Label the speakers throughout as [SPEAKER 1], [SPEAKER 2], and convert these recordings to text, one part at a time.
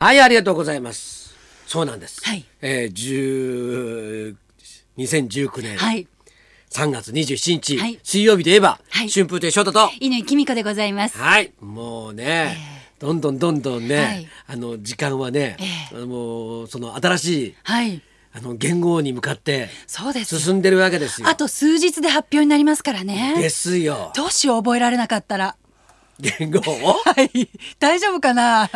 [SPEAKER 1] はい、ありがとうございます。そうなんです。
[SPEAKER 2] はい
[SPEAKER 1] ええ十、2019年
[SPEAKER 2] はい。
[SPEAKER 1] 3月27日、
[SPEAKER 2] はい
[SPEAKER 1] 水曜日といえば、
[SPEAKER 2] はい
[SPEAKER 1] 春風亭昇太と、
[SPEAKER 2] 乾きみこでございます。
[SPEAKER 1] はい、もうね、どんどんどんどんね、
[SPEAKER 2] はい
[SPEAKER 1] あの時間はね、
[SPEAKER 2] え
[SPEAKER 1] あのもうその新しい
[SPEAKER 2] はい。
[SPEAKER 1] あの元号に向かって
[SPEAKER 2] そうですよ
[SPEAKER 1] 進んでるわけですよ。
[SPEAKER 2] あと数日で発表になりますから
[SPEAKER 1] で
[SPEAKER 2] ね。
[SPEAKER 1] すよ。
[SPEAKER 2] どうしよう覚えられなかったら。
[SPEAKER 1] 元号を
[SPEAKER 2] はい。大丈夫かな。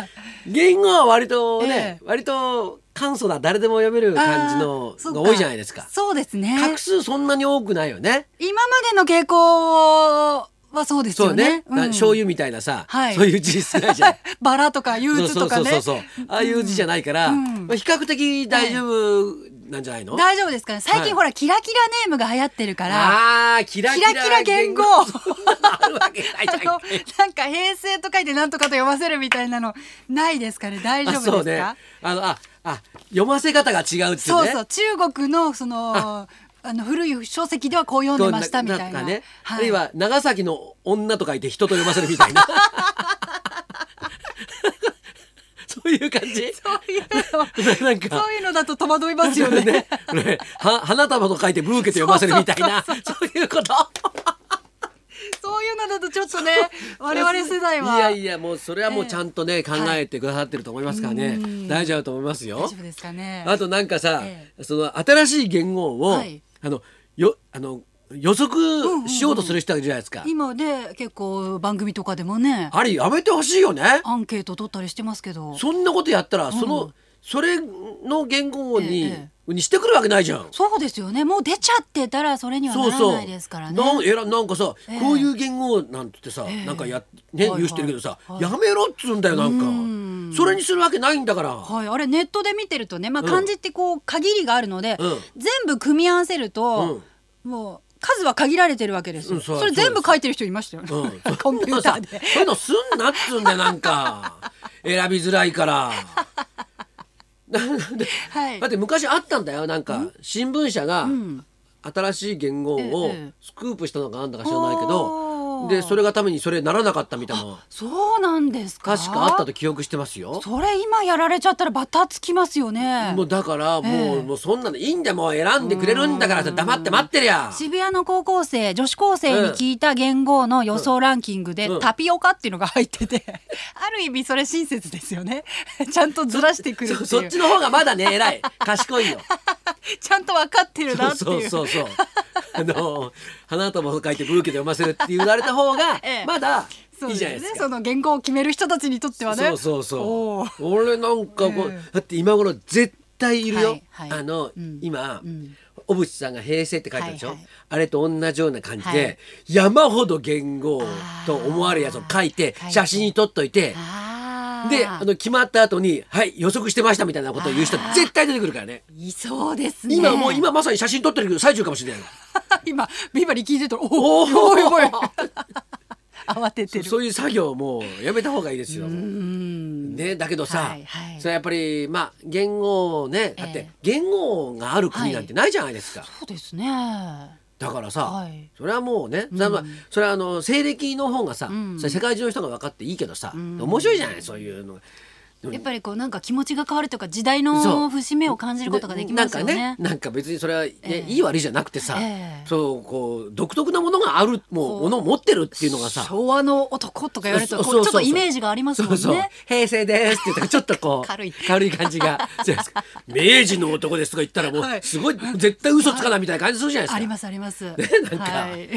[SPEAKER 1] 言語は割とね
[SPEAKER 2] え、
[SPEAKER 1] 割と簡素な誰でも読める感じの
[SPEAKER 2] あーそう
[SPEAKER 1] が多いじゃないですか。
[SPEAKER 2] そうですね。
[SPEAKER 1] 画数そんなに多くないよね。
[SPEAKER 2] 今までの傾向はそうです
[SPEAKER 1] そ
[SPEAKER 2] よ
[SPEAKER 1] うね
[SPEAKER 2] ね。。
[SPEAKER 1] な
[SPEAKER 2] うん
[SPEAKER 1] 醤油みたいなさ、
[SPEAKER 2] はい
[SPEAKER 1] そういう字少ない じゃん。
[SPEAKER 2] バラとか憂
[SPEAKER 1] そう
[SPEAKER 2] 鬱
[SPEAKER 1] そ
[SPEAKER 2] と
[SPEAKER 1] うそ
[SPEAKER 2] か
[SPEAKER 1] うそ
[SPEAKER 2] ね
[SPEAKER 1] うそう。ああいう字じゃないから、
[SPEAKER 2] うん
[SPEAKER 1] まあ比較的大丈夫なんじゃないの？
[SPEAKER 2] 大丈夫ですかね最
[SPEAKER 1] はい
[SPEAKER 2] 近ほらキラキラネームが流行ってるから
[SPEAKER 1] ああ、キラキラ
[SPEAKER 2] キラキラ言語
[SPEAKER 1] そんな のあるわけない
[SPEAKER 2] あ
[SPEAKER 1] じゃ
[SPEAKER 2] の
[SPEAKER 1] ん。
[SPEAKER 2] なんか平成と書いてなんとかと読ませるみたいなのないですかね大丈
[SPEAKER 1] あそ
[SPEAKER 2] 夫
[SPEAKER 1] う
[SPEAKER 2] ですか
[SPEAKER 1] ね。あのああ読ませ方が違うっていうね。
[SPEAKER 2] そうそう中国のそのあの古い書籍ではこう読んでましたみたい
[SPEAKER 1] と
[SPEAKER 2] な。
[SPEAKER 1] ね、あ
[SPEAKER 2] は
[SPEAKER 1] る
[SPEAKER 2] い
[SPEAKER 1] いは長崎の女と書いて人と読ませるみたい な。そういう感じ。
[SPEAKER 2] そういうの
[SPEAKER 1] なんか
[SPEAKER 2] そういうのだと戸惑いますよね。
[SPEAKER 1] ねは花束と書いてブーケと読ませるみたいな、そういうこと。
[SPEAKER 2] そういうのだとちょっとね我々世代はい
[SPEAKER 1] やいや、もうそれはもう
[SPEAKER 2] ええ
[SPEAKER 1] ちゃんとね、考えてくださってると思いますからね。大丈夫だと思いますよ
[SPEAKER 2] 大丈。夫ですかね。
[SPEAKER 1] あとなんかさ、
[SPEAKER 2] え
[SPEAKER 1] その新しい言語を、
[SPEAKER 2] はい
[SPEAKER 1] あのよあの予測しようとする人いるじゃないですか。
[SPEAKER 2] 今で結構番組とかでもね
[SPEAKER 1] あれやめてほしいよね。
[SPEAKER 2] アンケート取ったりしてますけど。
[SPEAKER 1] そんなことやったら、その、それの言語に、にしてくるわけないじゃん。
[SPEAKER 2] そうですよね。もう出ちゃってたらそれには
[SPEAKER 1] そう
[SPEAKER 2] な
[SPEAKER 1] そ
[SPEAKER 2] ら
[SPEAKER 1] う。
[SPEAKER 2] ないですからね。
[SPEAKER 1] なんえらなんかさ、
[SPEAKER 2] ええ
[SPEAKER 1] こういう言語なんてさ、
[SPEAKER 2] ええ
[SPEAKER 1] なんかやね、
[SPEAKER 2] はい
[SPEAKER 1] 言うしてるけどさ、
[SPEAKER 2] はい
[SPEAKER 1] やめろっつうんだよなんか
[SPEAKER 2] うん
[SPEAKER 1] それにするわけないんだから。
[SPEAKER 2] はい、あれネットで見てるとね、まあ、
[SPEAKER 1] うん
[SPEAKER 2] 漢字ってこう限りがあるので、
[SPEAKER 1] うん
[SPEAKER 2] 全部組み合わせると、もう数は限られてるわけですよ、
[SPEAKER 1] うんそう
[SPEAKER 2] それ全部書いてる人いましたよね、
[SPEAKER 1] うん、
[SPEAKER 2] コンピューター
[SPEAKER 1] そう
[SPEAKER 2] で。
[SPEAKER 1] いうのすんなっつうんだよなんか選びづらいから。 なんで
[SPEAKER 2] はい
[SPEAKER 1] だって昔あったんだよなんか新聞社が新しい言語を
[SPEAKER 2] ええ
[SPEAKER 1] スクープしたのかなんだか知らないけど
[SPEAKER 2] あー
[SPEAKER 1] でそれがためにそれならなかったみたいなの
[SPEAKER 2] そうなんですか
[SPEAKER 1] 確かあったと記憶してますよ。
[SPEAKER 2] それ今やられちゃったらバタつきますよね
[SPEAKER 1] もうだからもう,、
[SPEAKER 2] ええ
[SPEAKER 1] もうそんなのいいんだよもう選んでくれるんだからさ黙って待ってりゃ。
[SPEAKER 2] 渋谷の高校生女子高生に聞いた言語の予想ランキングで、
[SPEAKER 1] うん
[SPEAKER 2] タピオカっていうのが入ってて ある意味それ親切ですよね ちゃんとずらしてくるって
[SPEAKER 1] そ
[SPEAKER 2] いう
[SPEAKER 1] そっちの方がまだね偉い賢いよ。
[SPEAKER 2] ちゃんと分かって るなっていう
[SPEAKER 1] そうそうそうそう。あの花束を書いてブーケで読ませるって言われた方が
[SPEAKER 2] ええ
[SPEAKER 1] まだ
[SPEAKER 2] そう
[SPEAKER 1] いいじゃな
[SPEAKER 2] ですね
[SPEAKER 1] いですか。
[SPEAKER 2] その原稿を決める人たちにとってはね
[SPEAKER 1] そうそうそ
[SPEAKER 2] お
[SPEAKER 1] う。俺なんかこう、
[SPEAKER 2] ええ
[SPEAKER 1] だって今頃絶対いるよ。
[SPEAKER 2] はいはい
[SPEAKER 1] あの、
[SPEAKER 2] うん
[SPEAKER 1] 今、
[SPEAKER 2] うん
[SPEAKER 1] 小渕さんが平成って書いてあるでしょ、
[SPEAKER 2] はいはい
[SPEAKER 1] あれと同じような感じで、
[SPEAKER 2] はい
[SPEAKER 1] 山ほど言語と思われるやつを書いて
[SPEAKER 2] あー書いて
[SPEAKER 1] 写真に撮っといて
[SPEAKER 2] あー
[SPEAKER 1] であの決まった後に「はい予測してました」みたいなことを言う人
[SPEAKER 2] あー
[SPEAKER 1] 絶対出てくるからね
[SPEAKER 2] いそうですね
[SPEAKER 1] 今もう今まさに写真撮ってる最中かもしれない
[SPEAKER 2] 今ビバリー聞いてたらお
[SPEAKER 1] お
[SPEAKER 2] お
[SPEAKER 1] ー
[SPEAKER 2] おいおい 慌てて
[SPEAKER 1] そ
[SPEAKER 2] る
[SPEAKER 1] そういう作業もうやめた方がいいですよ。
[SPEAKER 2] うん
[SPEAKER 1] ね、だけどさ、
[SPEAKER 2] はいはい
[SPEAKER 1] それはやっぱりまあ言語をね、
[SPEAKER 2] ええ
[SPEAKER 1] だって言語がある国なんてないじゃないですか、
[SPEAKER 2] そうですねは
[SPEAKER 1] だからさ、
[SPEAKER 2] はい
[SPEAKER 1] それはもうね、それはまあそれはあの西暦の方がさ、
[SPEAKER 2] うん
[SPEAKER 1] それ世界中の人が分かっていいけどさ、
[SPEAKER 2] ん
[SPEAKER 1] 面白いじゃないそういうのが。でも
[SPEAKER 2] やっぱりこうなんか気持ちが変わるというか時代
[SPEAKER 1] そう
[SPEAKER 2] の節目を感じることができますよね
[SPEAKER 1] なんかねなんか別にそれは、ね
[SPEAKER 2] ええ
[SPEAKER 1] いい悪いじゃなくてさ、
[SPEAKER 2] ええ
[SPEAKER 1] そうこう独特なものがあるもうものを持ってるっていうのがさ
[SPEAKER 2] 昭和の男とか言われるとこう
[SPEAKER 1] そうそうそう
[SPEAKER 2] ちょっとイメージがありますもんね
[SPEAKER 1] そうそう平成ですって言ったらちょっとこう
[SPEAKER 2] 軽い
[SPEAKER 1] 感じがするじゃないですか明治の男ですとか言ったらも
[SPEAKER 2] は
[SPEAKER 1] う
[SPEAKER 2] い
[SPEAKER 1] すごい絶対嘘つかないみたいな感じするじゃないですか、
[SPEAKER 2] ありますあ ります、
[SPEAKER 1] なんか
[SPEAKER 2] はい、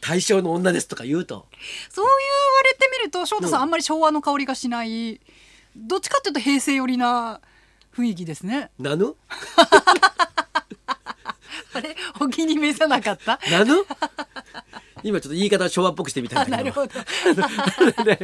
[SPEAKER 1] 大正の女ですとか言うと
[SPEAKER 2] そう言われてみると翔太さん、あんまり昭和の香りがしないどっちかっていうと平成寄りな雰囲気ですね
[SPEAKER 1] なぬ
[SPEAKER 2] あれ お気に召さなかった
[SPEAKER 1] なぬ今ちょっと言い方昭和っぽくしてみた
[SPEAKER 2] あ
[SPEAKER 1] んだけ
[SPEAKER 2] なる
[SPEAKER 1] ど
[SPEAKER 2] ほど
[SPEAKER 1] ね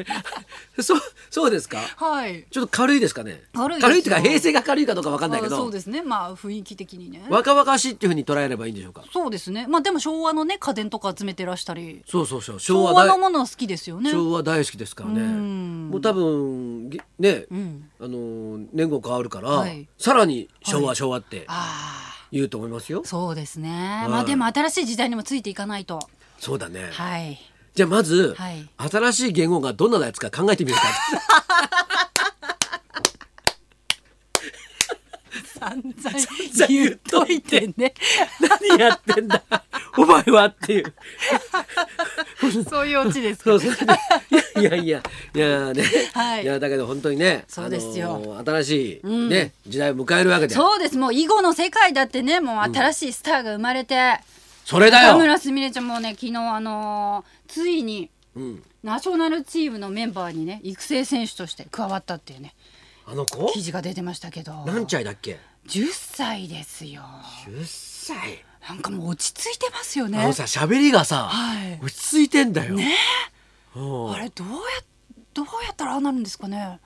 [SPEAKER 1] そうそうですか
[SPEAKER 2] はい
[SPEAKER 1] ちょっと軽いですかね
[SPEAKER 2] 軽いですよ
[SPEAKER 1] っていうか平成が軽いかどうかわかんないけ
[SPEAKER 2] あそ
[SPEAKER 1] ど
[SPEAKER 2] うですねまあ雰囲気的にね
[SPEAKER 1] 若々しいっていうふうに捉えればいいんでしょうか
[SPEAKER 2] そうですねまあでも昭和のね家電とか集めてらしたり
[SPEAKER 1] そうそうそう昭
[SPEAKER 2] 昭
[SPEAKER 1] 和
[SPEAKER 2] 和
[SPEAKER 1] 大
[SPEAKER 2] のものは好きですよね
[SPEAKER 1] 昭和大好きですからね
[SPEAKER 2] うん
[SPEAKER 1] もう多分げね、
[SPEAKER 2] うん
[SPEAKER 1] あのー年号変わるから、
[SPEAKER 2] はい
[SPEAKER 1] さらに昭和、
[SPEAKER 2] はい
[SPEAKER 1] 昭和って
[SPEAKER 2] あ
[SPEAKER 1] 言うと思いますよ
[SPEAKER 2] あそうですね、
[SPEAKER 1] い
[SPEAKER 2] まあでも新しい時代にもついていかないと
[SPEAKER 1] そうだね、
[SPEAKER 2] はい
[SPEAKER 1] じゃあまず、
[SPEAKER 2] はい
[SPEAKER 1] 新しい言語がどんなやつか考えてみようか
[SPEAKER 2] 散々言っといてね。
[SPEAKER 1] 何やってんだ お前はっていう
[SPEAKER 2] そういうオチですか
[SPEAKER 1] そうそういやいやいやね、
[SPEAKER 2] はい
[SPEAKER 1] いやだけど本当にね
[SPEAKER 2] そうですよ
[SPEAKER 1] あのー新しい、
[SPEAKER 2] うん
[SPEAKER 1] ね時代を迎えるわけでそ
[SPEAKER 2] そうですもう囲碁の世界だってねもう新しいスターが生まれて、
[SPEAKER 1] れだ
[SPEAKER 2] 田
[SPEAKER 1] よ、
[SPEAKER 2] 村すみれちゃんもね昨日あのーついに
[SPEAKER 1] うん、
[SPEAKER 2] ナショナルチームのメンバーにね育成選手として加わったっていうね
[SPEAKER 1] あの子
[SPEAKER 2] 記事が出てましたけど
[SPEAKER 1] 何歳だっけ
[SPEAKER 2] 10歳ですよ
[SPEAKER 1] 10歳
[SPEAKER 2] なんかもう落ち着いてますよ
[SPEAKER 1] あ
[SPEAKER 2] ね
[SPEAKER 1] のさ喋りがさ、
[SPEAKER 2] はい
[SPEAKER 1] 落ち着いてんだよ、
[SPEAKER 2] ね
[SPEAKER 1] うん
[SPEAKER 2] あれどうやどうやったらああなるんですかね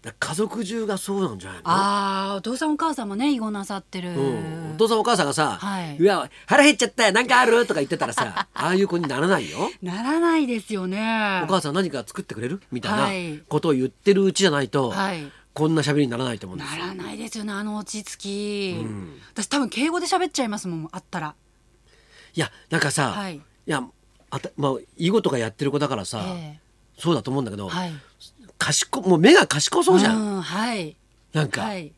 [SPEAKER 1] だ家族中がそうなんじゃないの
[SPEAKER 2] あーお父さんお母さんもね囲碁なさってる、
[SPEAKER 1] うん、お父さんお母さんがさ「
[SPEAKER 2] はいう
[SPEAKER 1] わ腹減っちゃったよなんかある?」とか言ってたらさ ああいう子にならないよ。
[SPEAKER 2] ならないですよね
[SPEAKER 1] お母さん何か作ってくれるみ
[SPEAKER 2] は
[SPEAKER 1] たい
[SPEAKER 2] い
[SPEAKER 1] なことを言ってるうちじゃないと、
[SPEAKER 2] はい
[SPEAKER 1] こんな喋りにならないと思うんです
[SPEAKER 2] な
[SPEAKER 1] よ。
[SPEAKER 2] らないですよねあの落ち着き、
[SPEAKER 1] うん
[SPEAKER 2] 私多分敬語で喋っちゃいますもんあったら
[SPEAKER 1] いやなんかさ、
[SPEAKER 2] はい
[SPEAKER 1] い、やあた、まあ、囲碁とかやってる子だからさ、
[SPEAKER 2] え
[SPEAKER 1] そうだと思うんだけ
[SPEAKER 2] え
[SPEAKER 1] ど、
[SPEAKER 2] はい
[SPEAKER 1] 賢もう目が賢そうじゃん。
[SPEAKER 2] んはい
[SPEAKER 1] なんか、
[SPEAKER 2] はい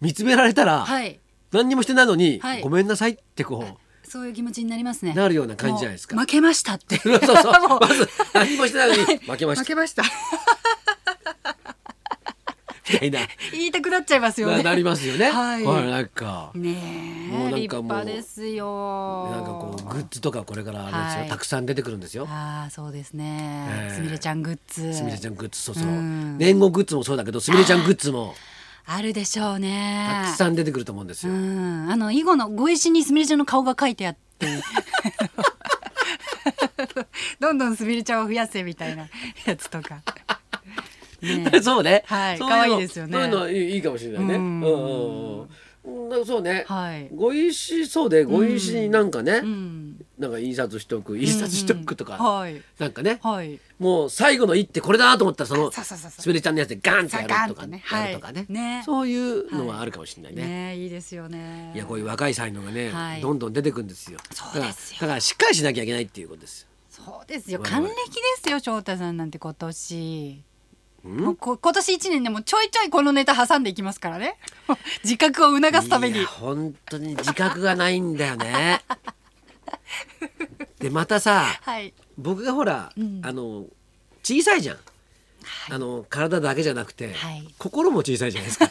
[SPEAKER 1] 見つめられたら、
[SPEAKER 2] はい
[SPEAKER 1] 何にもしてないのに、
[SPEAKER 2] はい
[SPEAKER 1] ごめんなさいってこ
[SPEAKER 2] そういう気持ちになりますね
[SPEAKER 1] なるような感じじゃないですか
[SPEAKER 2] もう負けましたって
[SPEAKER 1] う。そうそう
[SPEAKER 2] もう
[SPEAKER 1] まず何もしてないのに負けました
[SPEAKER 2] 負けました
[SPEAKER 1] みたいな。
[SPEAKER 2] 言いたく なっちゃいますよ
[SPEAKER 1] な
[SPEAKER 2] ね
[SPEAKER 1] なりますよね。
[SPEAKER 2] はい
[SPEAKER 1] ほらなんか。
[SPEAKER 2] ね
[SPEAKER 1] もう
[SPEAKER 2] え立
[SPEAKER 1] なんかもう
[SPEAKER 2] 派ですよ
[SPEAKER 1] なんかこうグッズとかこれからあれですよ、
[SPEAKER 2] はい
[SPEAKER 1] たくさん出てくるんですよ。
[SPEAKER 2] ああそうですね、
[SPEAKER 1] ええ
[SPEAKER 2] すみれちゃんグッズ
[SPEAKER 1] すみれちゃんグッズそうそう、
[SPEAKER 2] うん
[SPEAKER 1] 年号グッズもそうだけどすみれちゃんグッズも
[SPEAKER 2] あるでしょうね
[SPEAKER 1] たくさん出てくると思うんです
[SPEAKER 2] う
[SPEAKER 1] よ。
[SPEAKER 2] んあの囲碁の碁石にすみれちゃんの顔が書いてあって どんどんすみれちゃんを増やせみたいなやつとか、ね
[SPEAKER 1] そうね。
[SPEAKER 2] はい
[SPEAKER 1] そううの
[SPEAKER 2] 可愛いですよね
[SPEAKER 1] そういうのいいいいかもしれないね。
[SPEAKER 2] う
[SPEAKER 1] うんんうんうん。だからそうね。
[SPEAKER 2] はい
[SPEAKER 1] ご石そうでご石になんかね、
[SPEAKER 2] うん、
[SPEAKER 1] なんか印刷しとく印刷しとくとか、
[SPEAKER 2] うんはい
[SPEAKER 1] なんかね、
[SPEAKER 2] はい
[SPEAKER 1] もう最後の一手これだなと思ったらその
[SPEAKER 2] そうそうそうそう
[SPEAKER 1] すみれちゃんのやつでガンってやると
[SPEAKER 2] ガン
[SPEAKER 1] か
[SPEAKER 2] とね
[SPEAKER 1] ね
[SPEAKER 2] はい
[SPEAKER 1] やるとかね
[SPEAKER 2] ね
[SPEAKER 1] そういうのはあるかもしれないね。
[SPEAKER 2] ねいいですよね
[SPEAKER 1] いやこういう若い才能がね、
[SPEAKER 2] はい
[SPEAKER 1] どんどん出てくるんですよ。
[SPEAKER 2] そうですよ
[SPEAKER 1] だからだからしっかりしなきゃいけないっていうことです。
[SPEAKER 2] そうですよ
[SPEAKER 1] 我
[SPEAKER 2] 還
[SPEAKER 1] 々
[SPEAKER 2] 暦ですよ翔太さんなんて今年もうんこ今年一年でもちょいちょいこのネタ挟んでいきますからね 自覚を促すため
[SPEAKER 1] い
[SPEAKER 2] に
[SPEAKER 1] や本当に自覚がないんだよ ね。でまたさ
[SPEAKER 2] はい
[SPEAKER 1] 僕がほら、
[SPEAKER 2] うん
[SPEAKER 1] あの小さいじゃん。あの体だけじゃなくて、
[SPEAKER 2] はい
[SPEAKER 1] 心も小さいじゃない ですか。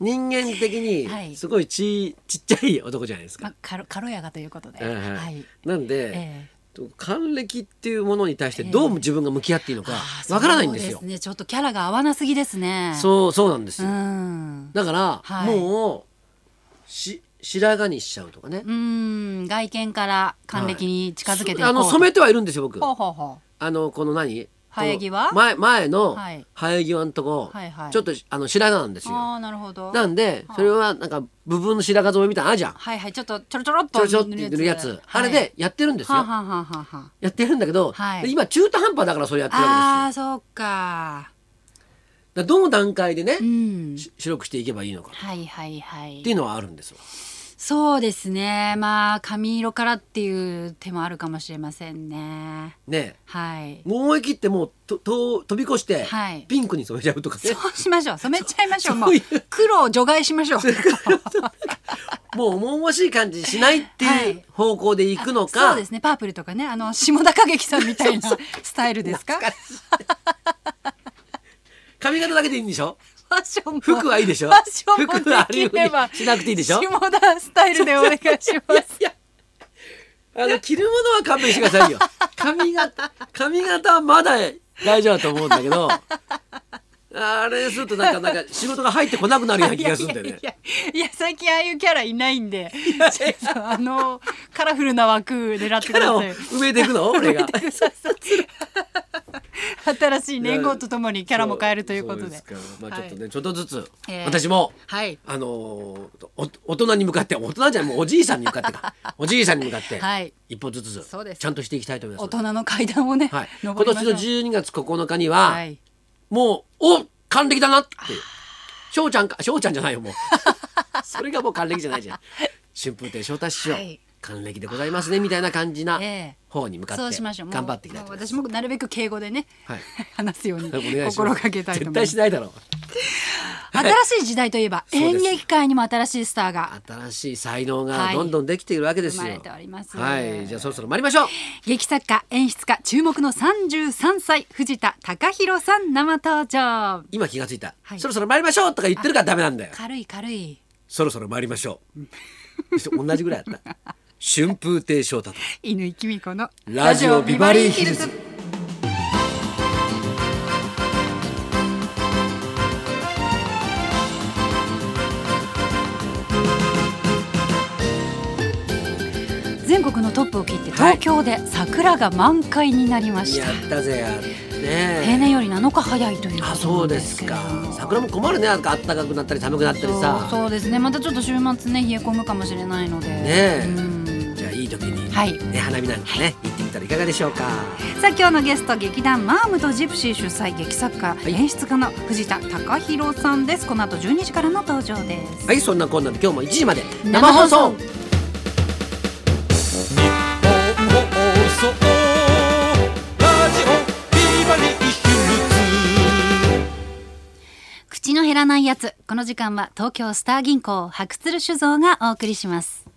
[SPEAKER 1] 人間的
[SPEAKER 2] はい
[SPEAKER 1] にすごいち,、ちっちゃい男じゃないです
[SPEAKER 2] ま
[SPEAKER 1] か。
[SPEAKER 2] あ軽軽やかということで、
[SPEAKER 1] うんうん
[SPEAKER 2] はい
[SPEAKER 1] なんで、
[SPEAKER 2] え
[SPEAKER 1] 還暦っていうものに対してどうも自分が向き合っていいのか
[SPEAKER 2] あー
[SPEAKER 1] わからないんです
[SPEAKER 2] そう
[SPEAKER 1] よ。
[SPEAKER 2] ね、ちょっとキャラが合わなすぎですね。
[SPEAKER 1] そうそうなんです
[SPEAKER 2] う
[SPEAKER 1] よ。
[SPEAKER 2] ん。
[SPEAKER 1] だから、
[SPEAKER 2] はい
[SPEAKER 1] もうし白髪にしちゃうとかね。
[SPEAKER 2] うん、外見から還暦に近づけていこうと、
[SPEAKER 1] あの染めてはいるんですよ僕。
[SPEAKER 2] ほうほうほ
[SPEAKER 1] あのこの何？
[SPEAKER 2] 生え際
[SPEAKER 1] この前前の
[SPEAKER 2] はい
[SPEAKER 1] 生え際のとこ、
[SPEAKER 2] はいはい
[SPEAKER 1] ちょっとあの白髪なんです
[SPEAKER 2] う。
[SPEAKER 1] よ。
[SPEAKER 2] ああ、なるほど。
[SPEAKER 1] なんで
[SPEAKER 2] はあ
[SPEAKER 1] それはなんか部分の白髪染めみたいなのあるじゃん。
[SPEAKER 2] はいはい、ちょっとちょろちょろっ
[SPEAKER 1] ちょ
[SPEAKER 2] と
[SPEAKER 1] ろちょろって塗るやつ、あれでやってるんですよ。
[SPEAKER 2] はい、はあはあはあはあ
[SPEAKER 1] やってるんだけど、
[SPEAKER 2] はい
[SPEAKER 1] で今中途半端だからそれやってるわけですよ。
[SPEAKER 2] ああ、そうか。
[SPEAKER 1] だからどの段階でね、
[SPEAKER 2] うん。
[SPEAKER 1] し白くしていけばいいのかっ
[SPEAKER 2] はいはいはい
[SPEAKER 1] てい。うのはあるんですよ。
[SPEAKER 2] そうですね。まあ、髪色からっていう手もあるかもしれませんね。
[SPEAKER 1] ね
[SPEAKER 2] はい
[SPEAKER 1] え。思い切ってもうとと飛び越して
[SPEAKER 2] はい
[SPEAKER 1] ピンクに染めちゃうとかね、
[SPEAKER 2] そうしましょう。染めちゃいましょ
[SPEAKER 1] そ
[SPEAKER 2] う。もう
[SPEAKER 1] そういう
[SPEAKER 2] 黒を除外しましょう。
[SPEAKER 1] もう重々しい感じしないって
[SPEAKER 2] はいいう
[SPEAKER 1] 方向で行くの
[SPEAKER 2] そ
[SPEAKER 1] か、
[SPEAKER 2] うですねパープルとかねあの下田景樹さんみたいなスタイルですかファ
[SPEAKER 1] 髪型だけでいいんでしょ
[SPEAKER 2] ッションも
[SPEAKER 1] 服はいいでしょ
[SPEAKER 2] ファッションも
[SPEAKER 1] 服はあ
[SPEAKER 2] で
[SPEAKER 1] るよ
[SPEAKER 2] きれば
[SPEAKER 1] うにしなくていいでしょ
[SPEAKER 2] 下田スタイルでお願いします
[SPEAKER 1] いやあの着るものは勘弁してくださ いよ髪型髪型はまだ大丈夫だと思うんだけどあれするとなんかなんか仕事が入ってこなくなるような気がするんだよね
[SPEAKER 2] い。やいや最近ああいうキャラいないんでちょっとあのカラフルな枠狙ってく
[SPEAKER 1] か
[SPEAKER 2] だ
[SPEAKER 1] ら
[SPEAKER 2] さい
[SPEAKER 1] 埋めていくの俺が。
[SPEAKER 2] 新しい年号とともにキャラも変えるということで
[SPEAKER 1] そそうすかまあ
[SPEAKER 2] は
[SPEAKER 1] ち
[SPEAKER 2] い
[SPEAKER 1] ょっとね、ちょっとずつ、
[SPEAKER 2] ええ
[SPEAKER 1] 私も、
[SPEAKER 2] はい
[SPEAKER 1] あのーお大人に向かって大人じゃないもうおじいさんに向かって かおじいさんに向かって、
[SPEAKER 2] はい
[SPEAKER 1] 一歩ずつ
[SPEAKER 2] そうです
[SPEAKER 1] ちゃんとしていきたいと思いますの
[SPEAKER 2] 大
[SPEAKER 1] で。
[SPEAKER 2] 人の階段をね、
[SPEAKER 1] はい。今
[SPEAKER 2] 登りま
[SPEAKER 1] 年
[SPEAKER 2] し
[SPEAKER 1] の
[SPEAKER 2] ょう
[SPEAKER 1] 12月9日には、
[SPEAKER 2] はい
[SPEAKER 1] もうお還暦だなっていう。翔ちゃんか翔ちゃんじゃないよもう。 それがもう還暦じゃないじゃん。春風亭昇太師匠、
[SPEAKER 2] はい
[SPEAKER 1] 還暦でございますねみたいな感じな
[SPEAKER 2] ええ
[SPEAKER 1] 方に向かって
[SPEAKER 2] そうしましょうもう
[SPEAKER 1] 頑張っていきたいと思
[SPEAKER 2] もう
[SPEAKER 1] います。
[SPEAKER 2] 私もなるべく敬語でね、
[SPEAKER 1] はい
[SPEAKER 2] 話すように
[SPEAKER 1] お願いします
[SPEAKER 2] 心がけたいと思い
[SPEAKER 1] 絶
[SPEAKER 2] ま
[SPEAKER 1] 対
[SPEAKER 2] す
[SPEAKER 1] しないだろう。
[SPEAKER 2] 新しい時代といえば
[SPEAKER 1] そうで
[SPEAKER 2] 演
[SPEAKER 1] す
[SPEAKER 2] 劇界にも新しいスターが
[SPEAKER 1] 新しい才能が
[SPEAKER 2] はい
[SPEAKER 1] どんどんできているわけですよ、
[SPEAKER 2] 生まれております
[SPEAKER 1] はいじゃあそろそろ参りましょう
[SPEAKER 2] 劇作家演出家注目の33歳藤田貴弘さん生登場
[SPEAKER 1] 今気がついた、
[SPEAKER 2] はい
[SPEAKER 1] そろそろ参りましょうとか言ってるからダメなんだよ
[SPEAKER 2] 軽い軽い
[SPEAKER 1] そろそろ参りましょう同じぐらいだった春風亭昇太と
[SPEAKER 2] 乾きみ子の
[SPEAKER 1] ラジオビバリーヒルズ
[SPEAKER 2] 全国のトップを切って東京で桜が満開になりました、
[SPEAKER 1] やったぜや
[SPEAKER 2] 平
[SPEAKER 1] ねえ
[SPEAKER 2] 年より7日早いということなん
[SPEAKER 1] あそうですか桜も困るねなんか暖かくなったり寒くなったり
[SPEAKER 2] そう
[SPEAKER 1] さ
[SPEAKER 2] そうですねまたちょっと週末ね冷え込むかもしれないので
[SPEAKER 1] え
[SPEAKER 2] うん
[SPEAKER 1] じゃあいい時に、
[SPEAKER 2] はい
[SPEAKER 1] ね、花見なんかね、行ってみたらいかがでしょうか
[SPEAKER 2] さあ今日のゲスト劇団マームとジプシー主催劇作家、
[SPEAKER 1] い
[SPEAKER 2] 演出家の藤田貴弘さんですこの後12時からの登場です、
[SPEAKER 1] はいそんなこんなで今日も1時まで
[SPEAKER 2] 生
[SPEAKER 1] 生
[SPEAKER 2] 放
[SPEAKER 1] 放送
[SPEAKER 2] 送
[SPEAKER 3] 放送ラジオビバリーヒルズ
[SPEAKER 2] 口の減らないやつこの時間は東京スター銀行白鶴酒造がお送りします